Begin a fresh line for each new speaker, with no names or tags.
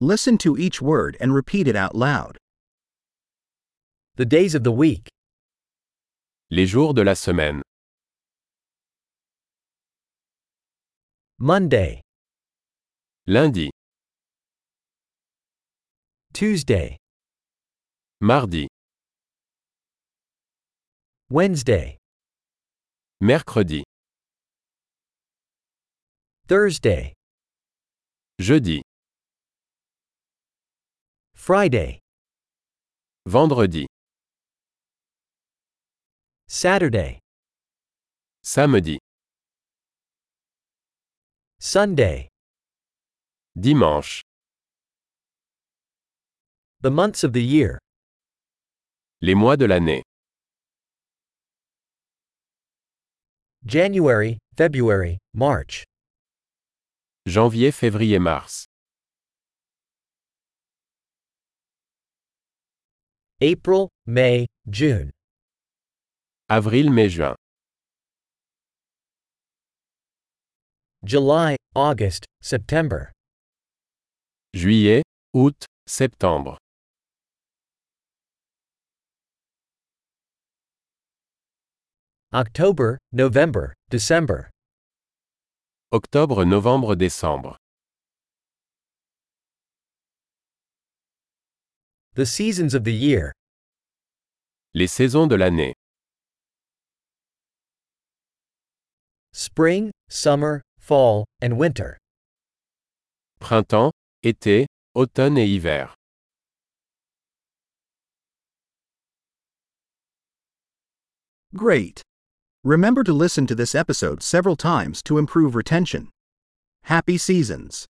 Listen to each word and repeat it out loud.
The days of the week.
Les jours de la semaine.
Monday,
Lundi,
Tuesday,
mardi,
Wednesday,
mercredi,
Thursday,
jeudi,
Friday,
vendredi,
Saturday,
samedi,
Sunday.
dimanche.
The months of the year.
Les mois de l'année.
January, February, March,
Janvier, février, mars.
April, May, June,
Avril, mai, juin.
July, August, September,
Juillet, août, septembre.
October, November, December,
Octobre, novembre, décembre.
the seasons of the year.
Les saisons de l'année.
Spring, summer, fall, and winter.
Printemps, été, automne et hiver.
Great! Remember to listen to this episode several times to improve retention. Happy seasons!